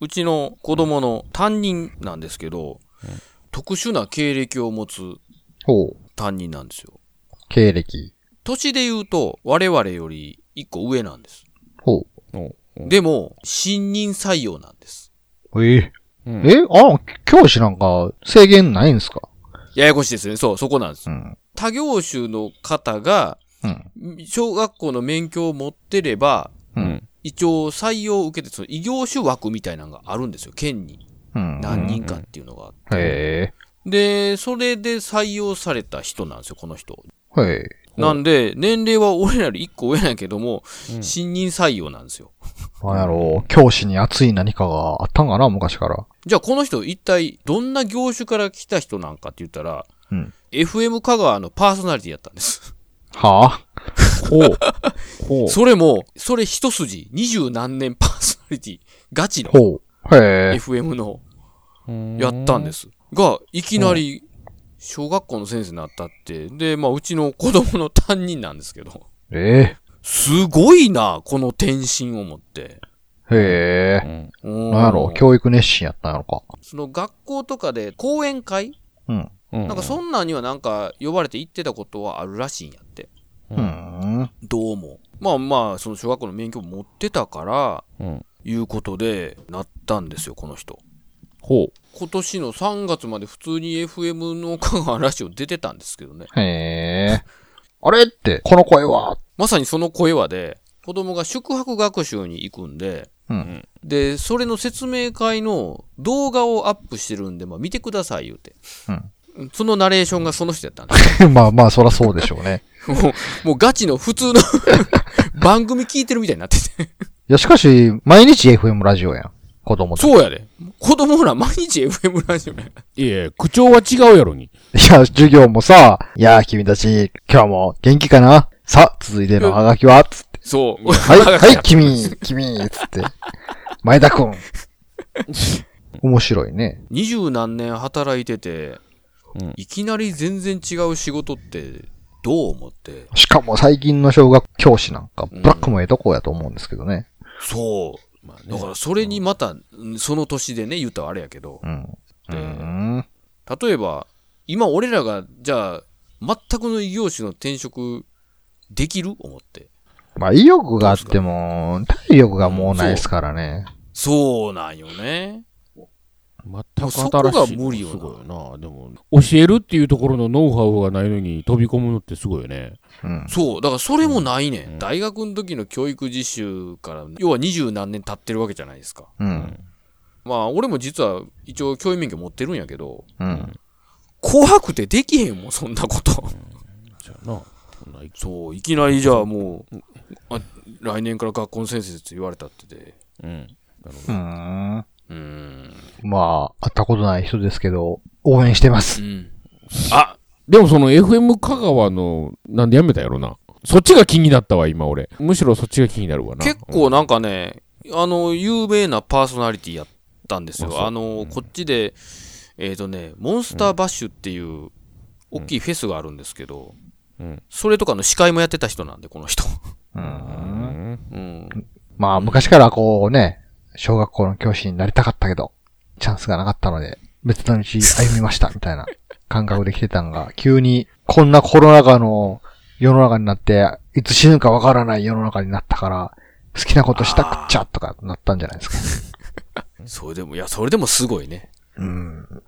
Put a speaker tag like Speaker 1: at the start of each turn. Speaker 1: うちの子供の担任なんですけど、特殊な経歴を持つ
Speaker 2: ほう。
Speaker 1: 担任なんですよ。
Speaker 2: 経歴。
Speaker 1: 年で言うと、我々より一個上なんです。
Speaker 2: ほ
Speaker 3: おうん
Speaker 1: でも、新任採用なんです。
Speaker 2: う。え
Speaker 3: うん
Speaker 2: えあ、教師なんか制限ないんすか
Speaker 1: ややこしいですね。そう、そこなんです。
Speaker 2: ん。
Speaker 1: 他業種の方が、
Speaker 2: うん。
Speaker 1: 小学校の免許を持ってれば、
Speaker 3: うん。
Speaker 1: 一応採用を受けて、その異業種枠みたいなのがあるんですよ。県に。
Speaker 2: うん。
Speaker 1: 何人かっていうのがあって。
Speaker 2: へ
Speaker 1: で、それで採用された人なんですよ、この人。
Speaker 2: え。へえ。
Speaker 1: なんで、年齢は俺らより一個上なんやけども、
Speaker 3: うん
Speaker 1: 新任採用なんですよ。
Speaker 2: なんやろう、教師に熱い何かがあったんかな、昔から。
Speaker 1: じゃあこの人一体どんな業種から来た人なんかって言ったら、
Speaker 2: うん
Speaker 1: FM 香川のパーソナリティやったんです。
Speaker 2: はあ
Speaker 3: ほう。ほう。
Speaker 1: それも、それ一筋、二十何年パーソナリティ、ガチの
Speaker 2: ほう。へえ。
Speaker 1: FM の
Speaker 3: うん
Speaker 1: やったんで。す。が、いきなり、小学校の先生になったって、で、まあうちの子供の担任なんですけど、
Speaker 2: え
Speaker 1: すごいな、この転身を持って。
Speaker 2: え。へ
Speaker 3: う
Speaker 2: え。
Speaker 3: ん。
Speaker 1: うん
Speaker 2: なんやろう、教育熱心やったんやろか。
Speaker 1: その学校とかで講演会
Speaker 2: うん。
Speaker 3: な
Speaker 1: なんかそんなんにはなんか呼ばれて行ってたことはあるらしいんやって。
Speaker 3: う。
Speaker 2: うんん。
Speaker 1: どうも。まあまあ、その小学校の免許も持ってたから、
Speaker 3: うん。
Speaker 1: いうことで、なったんですよ、この人。
Speaker 3: ほう。
Speaker 1: 今年の3月まで普通に FM の香川ラジオ出てたんですけどね。
Speaker 2: へえ。あれって、この声は
Speaker 1: まさにその声はで、子供が宿泊学習に行くんで、
Speaker 2: うん。
Speaker 1: で、それの説明会の動画をアップしてるんで、まあ見てください言うて。そのナレーションがその人やったんです
Speaker 2: うん。 まあまあ、そらそうでしょうね。
Speaker 1: もう、もうガチの普通の 番組聞いてるみたいになってて。
Speaker 2: いや、しかし、毎日 FM ラジオやん。子供と。
Speaker 1: そうやで。子供ら毎日 FM ラジオや。
Speaker 3: いやいや口調は違うやろに。
Speaker 2: いや、授業もさ、いや、君たち、今日も元気かなさ、続いてのハガキはつって。
Speaker 1: そう。
Speaker 2: はい、はい、君、君、つって。前田くん。面白いね。
Speaker 1: 二十何年働いてて、
Speaker 3: うん
Speaker 1: いきなり全然違う仕事って、どう思って。
Speaker 2: しかも最近の小学教師なんか、ブラックもええとこやと思うんですけどね。
Speaker 1: そう。
Speaker 3: まあね
Speaker 1: だからそれにまた、うんその年でね、言ったらあれやけど
Speaker 2: う、ん。う
Speaker 1: で
Speaker 2: ん。
Speaker 1: 例えば、今俺らが、じゃあ、全くの異業種の転職、できる思って。
Speaker 2: まあ、意欲があっても、体力がもうないですからね。
Speaker 1: そうなんよね。
Speaker 3: 全く
Speaker 1: そこが
Speaker 3: 新しい。
Speaker 1: 無理よな
Speaker 3: すごいよな。でも、教えるっていうところのノウハウがないのに飛び込むのってすごいよね。
Speaker 2: うん。
Speaker 1: そう、だからそれもないね、。
Speaker 3: うんん
Speaker 1: 大学の時の教育実習から、要は二十何年経ってるわけじゃないですか。
Speaker 2: うん。
Speaker 1: まあ、俺も実は一応教員免許持ってるんやけど、
Speaker 2: うん。
Speaker 1: 怖くてできへんもん、そんなこと。
Speaker 3: じゃあな。そんな
Speaker 1: そう、いきなりじゃあもう、あ来年から学校の先生って言われたってて。
Speaker 3: うん。なるほ
Speaker 2: う
Speaker 3: ど
Speaker 2: ん。
Speaker 1: うーん。
Speaker 2: まあ、会ったことない人ですけど、応援してま
Speaker 1: う
Speaker 2: す。
Speaker 1: ん。あ
Speaker 3: でもその FM 香川の、なんでやめたやろな。そっちが気になったわ、今俺。むしろそっちが気になるわな。
Speaker 1: 結構なんかね、あの、有名なパーソナリティやったんです
Speaker 3: あ
Speaker 1: よ。
Speaker 3: そう
Speaker 1: あの、こっちで、えっ、とね、モンスターバッシュっていう、大きいフェスがあるんですけど、
Speaker 3: うん。
Speaker 1: それとかの司会もやってた人なんで、この人。
Speaker 2: う。
Speaker 3: うんん。
Speaker 1: うん。
Speaker 2: まあ、昔からこうね、小学校の教師になりたかったけど、チャンスがなかったので、別の道歩みました、みたいな感覚で来てたん が、急に、こんなコロナ禍の世の中になって、いつ死ぬかわからない世の中になったから、好きなことしたくっちゃとかなったんじゃないですか。
Speaker 1: それでも、いや、それでもすごいね。
Speaker 2: うん。